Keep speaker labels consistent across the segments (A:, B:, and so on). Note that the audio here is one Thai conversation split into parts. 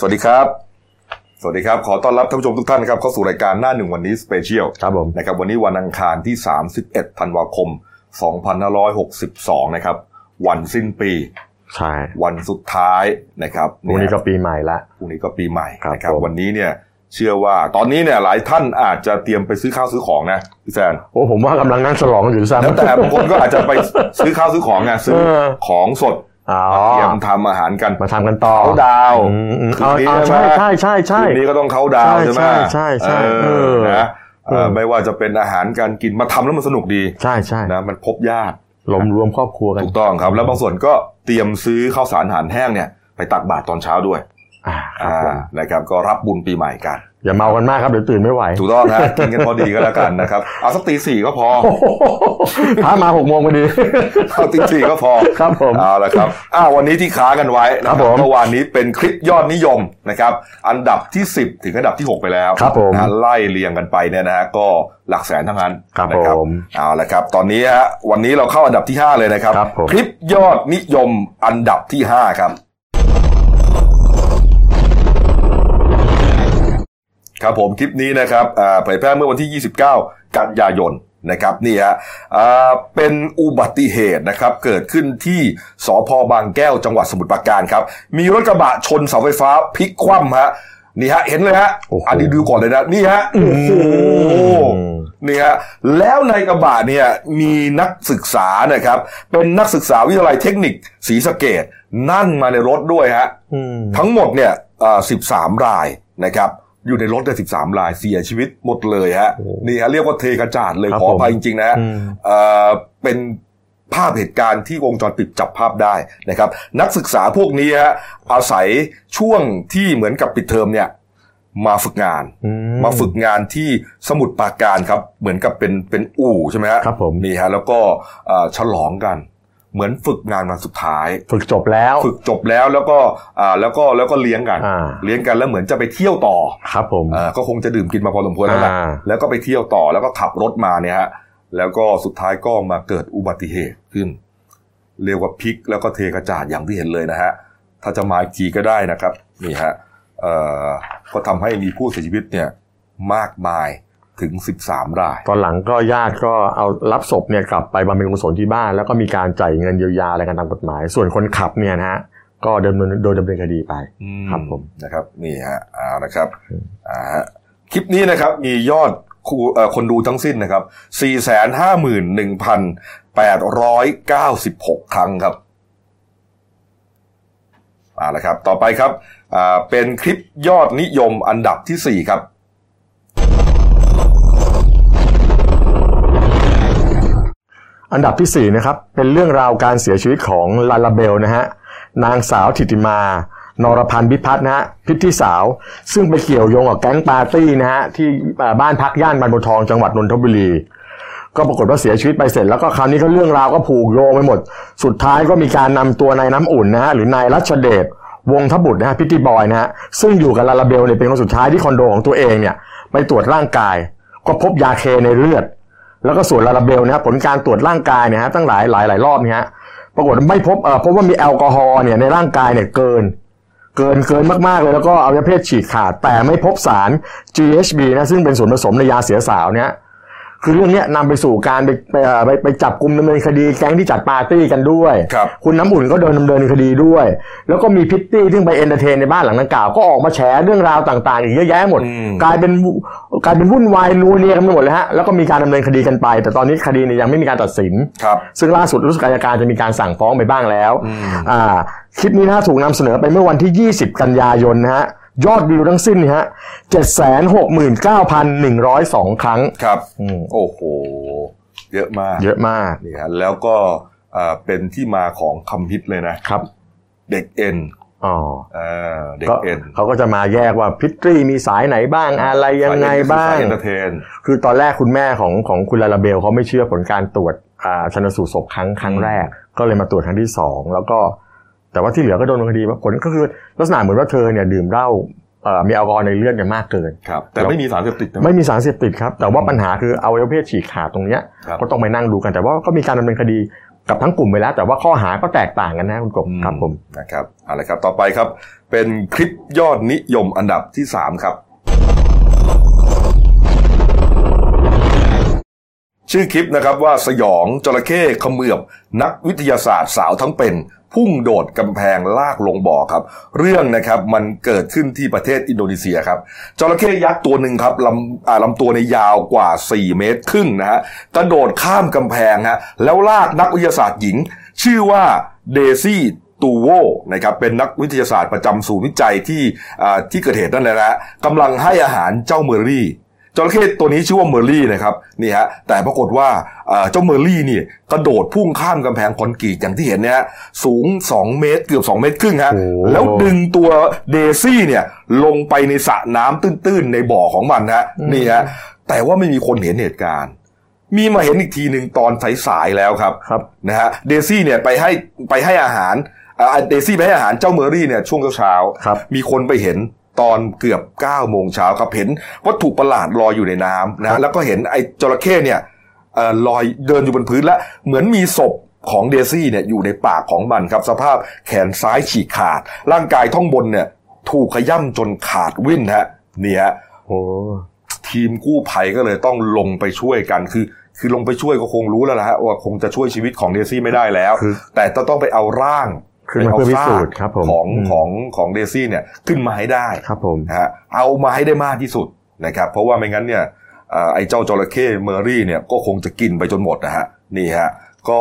A: สวัสดีครับ สวัสดีครับ ขอต้อนรับท่านผู้ชมทุกท่านนะครับเข้าสู่รายการหน้าหนึ่งวันนี้สเปเชียล
B: ครับผม
A: นะครับวันนี้วันอังคารที่ 31ธันวาคม 2562 นะครับ วันสิ้นปี
B: ใช่
A: วันสุดท้ายนะครับ
B: พรุ่งนี้ก็
A: เย
B: ปีใหม่ละ
A: พรุ่งนี้ก็ปีใหม่
B: ครับ
A: นะครับ
B: ผม
A: วันนี้เนี่ยเชื่อว่าตอนนี้เนี่ยหลายท่านอาจจะเตรียมไปซื้อข้าวซื้อของนะพี่แซน
B: โอ้ผมว่ากำลังนั่งฉลองอยู่ด้วยซ้ำ
A: แล้วแต่บางคนก็อาจจะไปซื้อข้าวซื้อของไงซื้อ
B: เออ
A: ของสด
B: อ๋อ
A: เตรียมทำอาหารกัน
B: มาทำกันต่อ
A: เขาดาว
B: อืมอืมเอา
A: คืนนี้
B: เอา
A: ใช่ไหม
B: ใช่ใช่ใช่ใช่
A: คืนนี้ก็ต้องเขาน์ดาวน์ใช่ไหม
B: ใช่ใช่ใช่
A: เออ
B: เออ
A: นะเอ่อ
B: เออ
A: ไม่ว่าจะเป็นอาหารการกินมาทำแล้วมันสนุกดี
B: ใช่ใช่
A: นะมันพบญาติ
B: หลอมรวมครอบครัวกัน
A: ถูกต้องครับ แล้วบางส่วนก็เตรียมซื้อข้าวสารอาหารแห้งเนี่ยไปตักบาตรตอนเช้าด้วย
B: อ่าครับผม
A: อ่านะครับ ก็รับบุญปีใหม่กัน
B: อย่าเมากันมากครับเดี๋ยวตื่นไม่ไหว
A: ถูกต้องฮะกินกันพอดีก็แล้วกันนะครับเอาสักตีสี่ก็พอ
B: โอ้โหพามาหกโมงพอดี
A: เอาตีสี่ก็พอ
B: ครับผม
A: เอาละครับอ้าววันนี้ที่ค้างกันไว้นะครั
B: ครั
A: บบ
B: ผม
A: เมื่อวานนี้เป็นคลิปยอดนิยมนะครับ อันดับที่ 10 ถึงอันดับที่ 6 ไปแล้ว
B: ครับผม
A: นะฮะไล่เรียงกันไปเนี่ยนะฮะก็หลักแสนทั้งนั้น
B: ครับ
A: นะ
B: ผม
A: เอาละครับ ตอนนี้ฮะวันนี้เราเข้าอันดับที่ 5 เลยนะครับ
B: ครับผม
A: คลิปยอดนิยมอันดับที่ 5 ครับ ครับผมคลิปนี้นะครับอ่าเผยแพร่เมื่อวันที่ 29 กันยายนนะครับนี่ฮะอ่าเป็นอุบัติเหตุนะครับเกิดขึ้นที่สพบางแก้วจังหวัดสมุทรปราการครับ มีรถกระบะชนเสาไฟฟ้าพลิกคว่ำฮะนี่ฮะเห็นเลยฮะ
B: โอ้โห
A: อันนี้ดูก่อนเลยนะนี่ฮะโอ้โหนี่ฮะแล้วในกระบะเนี่ยมีนักศึกษานะครับเป็นนักศึกษาวิทยาลัยเทคนิคศรีสะเกดนั่งมาในรถด้วยฮะ
B: อืม
A: ทั้งหมดเนี่ยสิบสามรายนะครับ อยู่ในรถเนี่ยสิบสามรายเสียชีวิตหมดเลยฮะ นี่ฮะเรียกว่าเทกระจาดเลย
B: ครับ
A: ขอ
B: ผม
A: ไปจริงๆนะฮะ
B: อืม
A: เอ่อเป็นภาพเหตุการณ์ที่วงจรปิดจับภาพได้นะครับ นักศึกษาพวกนี้ฮะอาศัยช่วงที่เหมือนกับปิดเทอมเนี่ย มาฝึกงาน
B: อื
A: มาฝึกงานที่สมุทรปราการครับ เหมือนกับเป็นเป็นอู่ใช่ไหมฮะ
B: ครับผม
A: นี่ฮะแล้วก็เอ่อฉลองกัน เหมือนฝึกงานวันสุดท้าย
B: ฝึกจบแล้ว
A: ฝึกจบแล้วแล้วก็อ่าแล้วก็แล้วก็เลี้ยงกัน
B: อ่า
A: เลี้ยงกันแล้วเหมือนจะไปเที่ยวต่อ
B: ครับผม
A: อ่าก็คงจะดื่มกินมาพอสมควรแล้วแหละ
B: อ่า
A: แล้วก็ไปเที่ยวต่อแล้วก็ขับรถมาเนี่ยฮะแล้วก็สุดท้ายก็มาเกิดอุบัติเหตุขึ้น เรียกว่าพลิกแล้วก็เทกระจาดอย่างที่เห็นเลยนะฮะถ้าจะมาอีกทีก็ได้นะครับนี่ฮะเอ่อก็ทำให้มีผู้เสียชีวิตเนี่ยมากมายถึง 13 ราย
B: ตอนหลังก็ญาติก็เอารับศพเนี่ยกลับไปบำเพ็ญกุศลที่บ้าน แล้วก็มีการจ่ายเงินเยียวยาอะไรกันตามกฎหมาย ส่วนคนขับเนี่ยนะฮะก็ดำเนินโดยดำเนินคดีไป
A: อื
B: ครับผม
A: นะครับนี่ฮะเอานะครับอ่าฮะคลิปนี้นะครับมียอดคูเอ่อคนดูทั้งสิ้นนะครับ 451,896 ครั้งครับเอาละครับ ต่อไปครับอ่าเป็นคลิปยอดนิยมอันดับทีสี่4 ครับ
B: อันดับที่สี่นะครับเป็นเรื่องราวการเสียชีวิตของลาลาเบลนะฮะนางสาวถิติมานรพันธ์พิพัฒน์นะฮะพิตที่สาว ซึ่งไปเกี่ยวโยงกับแก๊งปาร์ตี้นะฮะที่อ่าบ้านพักย่านบางบัวทองจังหวัดนนทบุรี ก็ปรากฏว่าเสียชีวิตไปเสร็จแล้วก็คราวนี้ก็เรื่องราวก็ผูกโยงไปหมด สุดท้ายก็มีการนำตัวนายน้ำอุ่นนะฮะหรือนายรัชเดชวงทบุตรนะฮะพิตตี้บอยนะฮะซึ่งอยู่กับลาลาเบลเนี่ยเป็นคนสุดท้ายที่คอนโดของตัวเองเนี่ยไปตรวจร่างกาย ก็พบยาเคในเลือด แล้วก็ส่วนลาลาเบลนะฮะผลการตรวจร่างกายเนี่ยฮะตั้งหลายหลายหลายรอบเนี่ยฮะปรากฏไม่พบเอ่อพบว่ามีแอลกอฮอล์เนี่ยในร่างกายเนี่ยเกิน เกินเกินมากๆเลยแล้วก็อวัยวะเพศฉีกขาด แต่ไม่พบสาร GHB นะซึ่งเป็นส่วนผสมในยาเสียสาวเนี่ย คือเรื่องเนี้ยนำไปสู่การไปไปเอ่อไปไปจับกลุ่มดำเนินคดีแก๊งที่จัดปาร์ตี้กันด้วย
A: ครับ
B: ณน้ำอุ่นก็โดนดำเนินคดีด้วย แล้วก็มีพิตตี้ที่ไปเอนเตอร์เทนในบ้านหลังดังกล่าวก็ออกมาแฉเรื่องราวต่างๆอีกเยอะแยะหมด กลายเป็นวุ่นกลายเป็นวุ่นวายนูเนียกันไปหมดเลยฮะแล้วก็มีการดำเนินคดีกันไป แต่ตอนนี้คดีเนี่ยยังไม่มีการตัดสิน
A: ครับ
B: ซึ่งล่าสุดรู้สึกอัยการจะมีการสั่งฟ้องไปบ้างแล้ว อ่า คลิปนี้นะฮะถูกนำเสนอไปเมื่อวันที่ 20 กันยายนนะฮะ ยอดวิวทั้งสิ้นนะฮะ 769,102 ครั้ง
A: ครับ
B: อืม
A: โอ้โห เยอะมาก
B: เยอะมาก
A: นี่ฮะแล้วก็อ่าเป็นที่มาของคำฮิตเลยนะ
B: ครับ
A: เด็กเอ็น
B: อ๋อ
A: อ่าเด็ก
B: ก็
A: เอ็น
B: เขาก็จะมาแยกว่าพิตรีมีสายไหนบ้างอะไรยังไงบ้าง
A: สยเอนเตอร์เทน
B: คือตอนแรกคุณแม่ของของคุณลาลาเบลเขาไม่เชื่อผลการตรวจอ่าชนสูตรศพครั้งครั้งแรก ก็เลยมาตรวจครั้งที่สองแล้วก็ แต่ว่าที่เหลือก็โดนดำเนินคดีว่าผลก็คือลักษณะเหมือนว่าเธอเนี่ยดื่มเหล้าเอ่อมีแอลกอฮอล์ในเลือดเนี่ยมากเกิน
A: ครับแต่ไม่มีสารเสพติดนะ
B: ไม่มีสารเสพติดครับ แต่ว่าปัญหาคือเอาอวัยวะเพศฉีกขาดตรงเนี้ย
A: ครับ
B: ก็ต้องไปนั่งดูกันแต่ว่าก็มีการดำเนินคดี กับทั้งกลุ่มไปแล้ว แต่ว่าข้อหาก็แตกต่างกันนะคุณกบครับผม
A: นะครับเอาละครับต่อไปครับ เป็นคลิปยอดนิยมอันดับที่สามครับ ชื่อคลิปนะครับว่าสยองจระเข้เขมือบนักวิทยาศาสตร์สาวทั้งเป็น พุ่งโดดกำแพงลากลงบ่อครับ เรื่องนะครับมันเกิดขึ้นที่ประเทศอินโดนีเซียครับจระเข้ยักษ์ตัวหนึ่งครับลำอ่าลำตัวในยยาวกว่า 4 เมตรครึ่งนะฮะกระโดดข้ามกำแพงฮะแล้วลากนักวิทยาศาสตร์หญิง ชื่อว่าเดซี่ ตูโวนะครับเป็นนักวิทยาศาสตร์ประจำศูนย์วิจัยที่อ่าที่เกิดเหตุนั่นแหละนะฮะกำลังให้อาหารเจ้าเมอรี่ จระเข้ตัวนี้ชื่อว่าเมอร์ลี่นะครับนี่ฮะแต่ปรากฏว่าเอ่อเจ้าเมอร์ลี่เนี่ยกระโดดพุ่งข้ามกำแพงคอนกรีตอย่างที่เห็นเนี่ยฮะสูง 2 เมตรเกือบ 2 เมตรครึ่งฮะ
B: โอ้
A: แล้วดึงตัวเดซี่เนี่ยลงไปในสระน้ำตื้นๆ ในบ่อของมันฮะนี่ฮะแต่ว่าไม่มีคนเห็นเหตุการณ์ มีมาเห็นอีกทีหนึ่งตอนสายๆแล้วครับ
B: ครับ
A: นะฮะเดซี่เนี่ยไปให้ไปให้อาหารเอ่อเดซี่ไปให้อาหารเจ้าเมอรี่เนี่ยช่วงเช้าๆ
B: ครับ
A: มีคนไปเห็นตอนเกือบ9โมงเช้าครับเห็นวัตถุประหลาดลอยอยู่ในน้ำนะฮะแล้วก็เห็นไอ้จระเข้เนี่ยเอ่อลอยเดินอยู่บนพื้นและเหมือนมีศพของเดซี่เนี่ยอยู่ในปากของมันครับ สภาพแขนซ้ายฉีกขาด ร่างกายท่องบนเนี่ยถูกขย่ำจนขาดวิ่นฮะนี่ฮะ
B: โอ้
A: ทีมกู้ภัยก็เลยต้องลงไปช่วยกันคือ คือลงไปช่วยก็คงรู้แล้วล่ะฮะว่าคงจะช่วยชีวิตของเดซี่ไม่ได้แล้ว
B: คือ
A: แต่จะต้องไปเอาร่าง
B: ขึ้นมา
A: ไป
B: เพื่อพิ
A: ซาก
B: สูจน์ครับผม
A: ของ
B: อืม
A: ของของเดซี่เนี่ยขึ้นมาให้ได้
B: ครับผม
A: นะฮะเอามาให้ได้มากที่สุดนะครับเพราะว่าไม่งั้นเนี่ยเอ่อไอ้เจ้าจระเข้เมอรี่เนี่ยก็คงจะกินไปจนหมดนะฮะนี่ฮะก็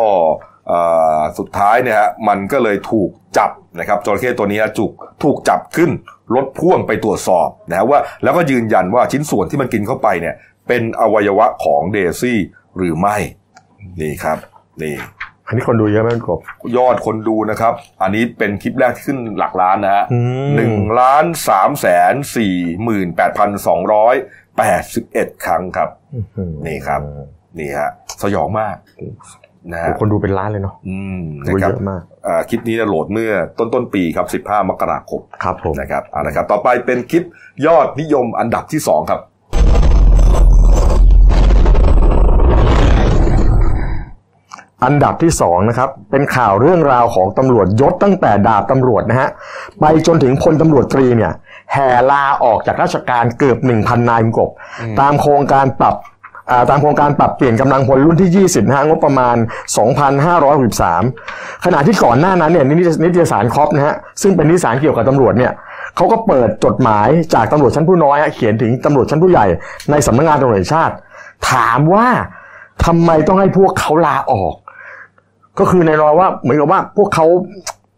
A: เอ่อสุดท้ายเนี่ยฮะมันก็เลยถูกจับนะครับจระเข้ตัวนี้ฮะจุกถูกจับขึ้นรถพ่วงไปตรวจสอบนะฮะว่าแล้วก็ยืนยันว่าชิ้นส่วนที่มันกินเข้าไปเนี่ยเป็นอวัยวะของเดซี่หรือไม่นี่ครับนี่
B: อันนี้คนดูเยอะไหมคุณกบ
A: ยอดคนดูนะครับ อันนี้เป็นคลิปแรกที่ขึ้นหลักล้านนะฮะ
B: อืม
A: หนึ่งล้านสามแสนสี่หมื่นแปดพันสองร้อยแปดสิบเอ็ดครั้งครับ นี่ครับ นี่ฮะ สยองมากนะฮะ
B: โอ้คนดูเป็นล้านเลยเนาะ
A: อืม
B: ดู
A: นะครับ
B: เยอะมาก
A: อ่าคลิปนี้เนี่ยโหลดเมื่อต้นต้นปีครับ 15 มกราคม
B: ครับผม
A: นะครับเอาละครับ ต่อไปเป็นคลิปยอดนิยมอันดับที่ 2 ครับ
B: อันดับที่สองนะครับ เป็นข่าวเรื่องราวของตำรวจยศตั้งแต่ดาบตำรวจนะฮะ ไปจนถึงพลตำรวจตรีเนี่ย แห่ลาออกจากราชการเกือบ 1,000 นายคุณกบ ตามโครงการปรับอ่าตามโครงการปรับเปลี่ยนกำลังพลรุ่นที่ 20นะฮะงบประมาณ 2,563 ขณะที่ก่อนหน้านั้นเนี่ยนิตยนิตยสารคอปนะฮะ ซึ่งเป็นนิตยสารเกี่ยวกับตำรวจเนี่ยเขาก็เปิดจดหมายจากตำรวจชั้นผู้น้อยฮะเขียนถึงตำรวจชั้นผู้ใหญ่ในสำนักงานตำรวจแห่งชาติ ถามว่าทำไมต้องให้พวกเขาลาออก ก็คือในรอยว่าเหมือนกับว่าพวกเขา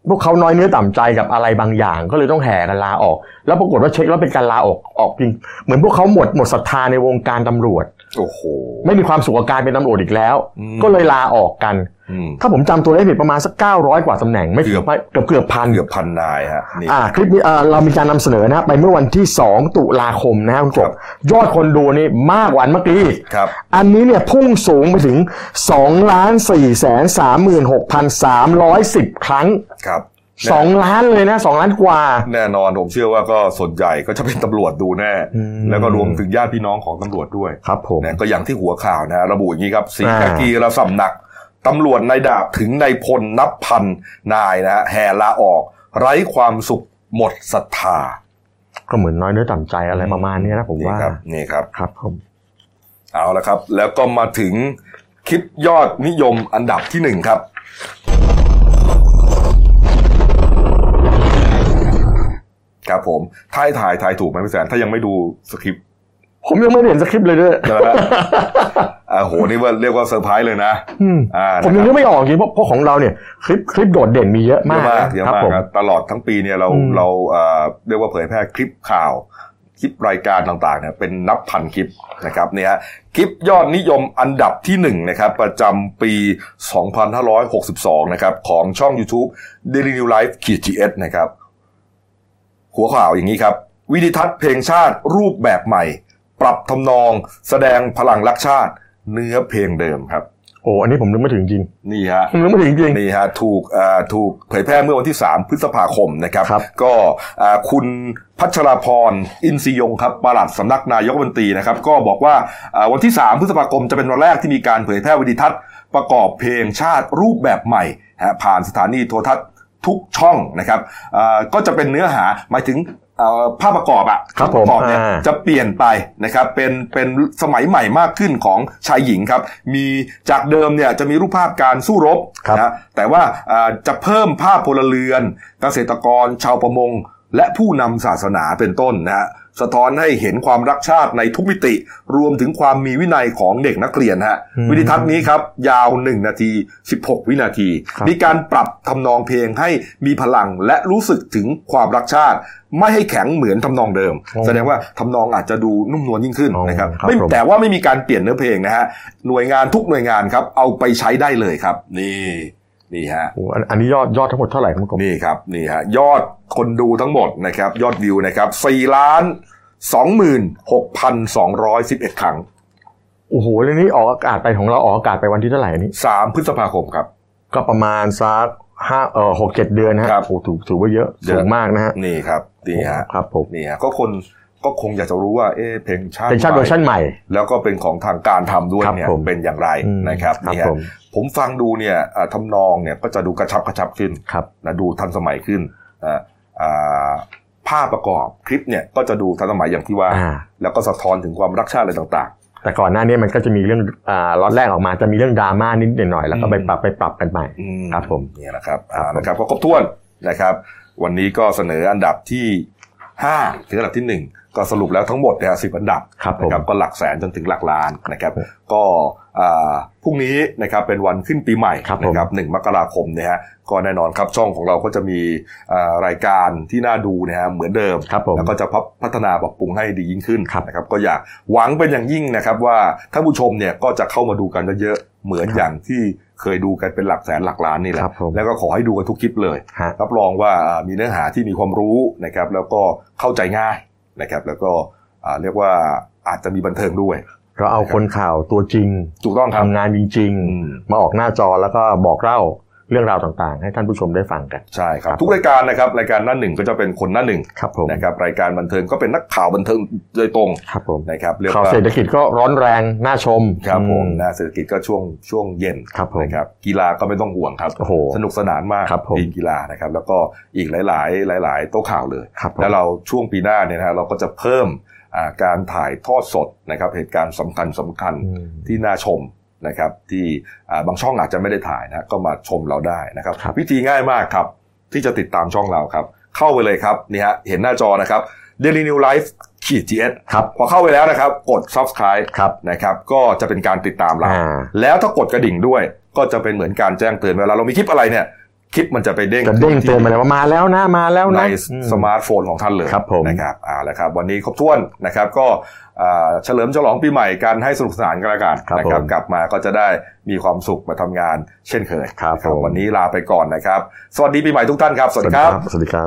B: พวกเขาน้อยเนื้อต่ำใจกับอะไรบางอย่าง ก็เลยต้องแห่กันลาออก แล้วปรากฏว่าเช็คแล้วเป็นการลาออกออกจริง เหมือนพวกเขาหมดหมดศรัทธาในวงการตำรวจ
A: โอ้โห
B: ไม่มีความสุขกับการเป็นตำรวจอีกแล้ว
A: อืม
B: ก็เลยลาออกกัน
A: อืม
B: ถ้าผมจำตัวเลขผิดประมาณสัก900 กว่าตำแหน่งไม่
A: เกือบ
B: ไม่เกือบเกือบพัน
A: เกือบพันนายฮะนี่
B: อ่าคลิปนี้อ่าเรามีการนำเสนอนะไปเมื่อวันที่ 2 ตุลาคมนะฮะคุณก
A: ครับ บ
B: ยอดคนดูนี่มากกว่าอันเมื่อกี้
A: ครับ
B: อันนี้เนี่ยพุ่งสูงไปถึง2ล้าน4แสน3หมื่น6พัน310 ครั้ง
A: ครับ
B: 2 ล้านเลยนะ 2 ล้านกว่า
A: แน่นอนผมเชื่อว่าก็ส่วนใหญ่ก็จะเป็นตำรวจดูแน่
B: อืม
A: แล้วก็รวมถึงญาติพี่น้องของตำรวจด้วย
B: ครับผม
A: นะก็อย่างที่หัวข่าวนะ ระบุอย่างนี้ครับ สี
B: อ่า
A: กากีระสำหนักตำรวจนายดาบถึงนายพลนับพันนายนะฮะแห่ลาออก ไร้ความสุขหมดศรัทธา
B: ก็เหมือนน้อยเนื้อต่ำใจอะไรประมาณเนี้ยนะผมว่า
A: นี่ครับนี่ครับ
B: ครับผม
A: เอาละครับ แล้วก็มาถึงคลิปยอดนิยมอันดับที่หนึ่งครับ ครับผมถ่ายถ่ายถ่ายถูกไหมพี่แสน ถ้ายังไม่ดูสคริปต์
B: ผมยังไม่ได้เห็นสคริปต์เลยด้วย
A: นะ ฮะ อ่าโหนี่ว่าเรียกว่าเซอร์ไพรส์เลยนะ
B: อืม
A: อ่า
B: ผมยัง
A: นะครับ
B: นึกไม่ออกจริงเพราะเพราะของเราเนี่ยคลิปคลิปโดดเด่นมีเยอะมากนะ
A: เยอะ
B: ครั
A: มากเยอะมาก
B: ผม
A: ครับตลอดทั้งปีเนี่ยเรา
B: อืม
A: เราเอ่อเรียกว่าเผยแพร่คลิปข่าว คลิปรายการต่างๆเนี่ยเป็นนับพันคลิปนะครับเนี่ยฮะคลิปยอดนิยมอันดับที่หนึ่งนะครับประจำปี 2562 นะครับ ของช่อง YouTube Daily New Life ขีด GS นะครับ หัวข่าวอย่างนี้ครับ วิดิทัศน์เพลงชาติรูปแบบใหม่ ปรับทำนอง แสดงพลังรักชาติ เนื้อเพลงเดิมครับ
B: โอ้อันนี้ผมนึกไม่ถึงจริง
A: นี่ฮะ
B: ผมนึกไม่ถึงจริง
A: นี่ฮะถูกอ่าถูกเผยแพร่เมื่อวันที่ 3 พฤษภาคมนะครับ
B: ครับ
A: ก็อ่าคุณพัชราพรอินทรียงครับปลัดสำนักนายกรัฐมนตรีนะครับ ก็บอกว่าอ่าวันที่ 3 พฤษภาคมจะเป็นวันแรกที่มีการเผยแพร่วิดิทัศน์ ประกอบเพลงชาติรูปแบบใหม่ฮะผ่านสถานีโทรทัศน์ทุกช่องนะครับอ่าก็จะเป็นเนื้อหาหมายถึงเอ่อภาพประกอบอะ
B: ครับ
A: ภาพประกอบเนี่ย
B: ผมอ่า
A: จะเปลี่ยนไปนะครับเป็นเป็นสมัยใหม่มากขึ้นของชายหญิงครับ มีจากเดิมเนี่ยจะมีรูปภาพการสู้รบ
B: ครับ
A: นะแต่ว่าอ่าจะเพิ่มภาพพลเรือน เกษตรกรชาวประมง และผู้นำศาสนาเป็นต้นนะฮะสะท้อนให้เห็นความรักชาติในทุกมิติ รวมถึงความมีวินัยของเด็กนักเรียนฮะ
B: อืม
A: วิธีทัศน์นี้ครับยาว 1 นาที 16 วินาที
B: ครับ
A: มีการปรับทำนองเพลงให้มีพลังและรู้สึกถึงความรักชาติ ไม่ให้แข็งเหมือนทำนองเดิม
B: อ๋อ
A: แสดงว่าทำนองอาจจะดูนุ่มนวลยิ่งขึ้น
B: อ๋อ
A: นะครับ
B: ครับ
A: ไม่
B: ผม
A: แต่ว่าไม่มีการเปลี่ยนเนื้อเพลงนะฮะหน่วยงานทุกหน่วยงานครับเอาไปใช้ได้เลยครับ นี่นี่ฮะ
B: โอ้โหอันอันนี้ยอดยอดทั้งหมดเท่าไหร่ครับคุณกบ
A: นี่ครับนี่ฮะยอดคนดูทั้งหมดนะครับยอดวิวนะครับ4ล้าน26,211 ครั้ง
B: โอ้โหเรื่องนี้ออกอากาศไปของเราออกอากาศไปวันที่เท่าไหร่นี่
A: 3 พฤษภาคมครับ
B: ก็ประมาณสักห้าเออหกเจ็ดเดือนนะฮะ
A: ครับ
B: โอ้โหถือถือว่าเยอะ
A: เยอะ
B: สูงมากนะฮะ
A: นี่ครับนี่ฮะ
B: ครับผม
A: นี่ฮะก็คนก็คงอยากจะรู้ว่าเอ๊ะเพลงชาติ
B: เป็นชาติเวอร์ชันใหม่
A: แล้วก็เป็นของทางการทำด้วย
B: ครับ
A: เนี่ย
B: ผม
A: เป็นอย่างไร
B: อืม
A: นะครับ
B: ครับ
A: นี่ฮะ
B: ผม
A: ผมฟังดูเนี่ยอ่าทำนองเนี่ยก็จะดูกระชับกระชับขึ้น
B: ครับ
A: นะดูทันสมัยขึ้นอ่าอ่าภาพประกอบคลิปเนี่ยก็จะดูทันสมัยอย่างที่ว่า
B: อ่า
A: แล้วก็สะท้อนถึงความรักชาติอะไรต่าง
B: แต่ก่อนหน้านี้มันก็จะมีเรื่องอ่าล็อตแรกออกมาจะมีเรื่องดราม่านิดหน่อยๆแล้วก็
A: อืม
B: ไปปรับไปปรับกันใหม่
A: ๆอืม
B: ครับผม
A: เนี่ยนะครับอ่านะครับก็ครบถ้วนนะครับ วันนี้ก็เสนออันดับที่ 5 ถึงอันดับที่ 1 ก็สรุปแล้วทั้งหมดเนี่ยสิบอันดับ
B: ครับผม
A: นะก็หลักแสนจนถึงหลักล้านนะครับ ก็อ่าพรุ่งนี้นะครับเป็นวันขึ้นปีใหม่
B: ครับผม
A: นะครับหนึ่งมกราคมนะฮะก็แน่นอนครับช่องของเราก็จะมีอ่ารายการที่น่าดูนะฮะเหมือนเดิม
B: ครับผม
A: แล้วก็จะพัฒนาปรับปรุงให้ดียิ่งขึ้น
B: ครับ
A: นะครับ ก็อยากหวังเป็นอย่างยิ่งนะครับ ว่าท่านผู้ชมเนี่ยก็จะเข้ามาดูกันเยอะๆเหมือน
B: ครับ
A: อย่างที่เคยดูกันเป็นหลักแสนหลักล้านนี่แหละ
B: ครับผม
A: แล้วก็ขอให้ดูกันทุกคลิปเลย
B: ฮะ
A: รับรองว่าอ่ามีเนื้อหาที่มีความรู้นะครับ แล้วก็เข้าใจง่ายนะครับ แล้วก็อ่าเรียกว่าอาจจะมีบันเทิงด้วย
B: เราเอาคนข่าวตัวจริง
A: ถูกต้องครับ
B: ทำงานจริง
A: อืม
B: ๆ มาออกหน้าจอแล้วก็บอกเล่าเรื่องราวต่างๆ ให้ท่านผู้ชมได้ฟังกัน
A: ใช่ครับ
B: ครับ
A: ทุกรายการนะครับรายการหน้าหนึ่งก็จะเป็นคนหน้าหนึ่ง
B: ครับผม
A: นะครับรายการบันเทิงก็เป็นนักข่าวบันเทิงโดยตรง
B: ครับผม
A: นะครับเรียก
B: ข่าว
A: ว่า
B: เศรษฐกิจก็ร้อนแรงน่าชม
A: ครับผม
B: อื
A: นะเศรษฐกิจก็ช่วงช่วงเย็น
B: ครับผม
A: นะครับกีฬาก็ไม่ต้องห่วงครับ
B: โอ้โห
A: สนุกสนานมาก
B: ครับผม
A: ทีมกีฬานะครับแล้วก็อีกหลาย ๆ หลาย ๆ โต๊ะข่าวเลย
B: ครับผม
A: แล้วเราช่วงปีหน้าเนี่ยนะฮะเราก็จะเพิ่มอ่าการถ่ายทอดสดนะครับเหตุการณ์สำคัญสำคัญ
B: อืม
A: ที่น่าชมนะครับที่อ่าบางช่องอาจจะไม่ได้ถ่ายนะก็มาชมเราได้นะครับ
B: ครับ
A: วิธีง่ายมากครับ ที่จะติดตามช่องเราครับ เข้าไปเลยครับนี่ฮะเห็นหน้าจอนะครับ daily new life ขีด gs
B: ครับ
A: พอเข้าไปแล้วนะครับกด subscribe
B: ครับ
A: นะครับก็จะเป็นการติดตามเรา
B: อ่า
A: แล้วถ้ากดกระดิ่งด้วยก็จะเป็นเหมือนการแจ้งเตือนเวลาเรามีคลิปอะไรเนี่ย คลิปมันจะไปเด้ง
B: จะเด้งเตือนมาเลยว่ามาแล้วนะมาแล้ว
A: ใน
B: นะ
A: สมาร์ทโฟนของท่านเลย
B: ครับผม
A: นะครับเอาละครับ วันนี้ครบถ้วนนะครับก็อ่าเฉลิมฉลองปีใหม่กันให้สนุกสนานกันละกัน
B: ครับ
A: นะ
B: ผม
A: กลับมาก็จะได้มีความสุขมาทำงานเช่นเคย
B: ครับ
A: นะ
B: ผม
A: วันนี้ลาไปก่อนนะครับ สวัสดีปีใหม่ทุกท่านครับ สวัสดีครับ
B: สวัสดีครับ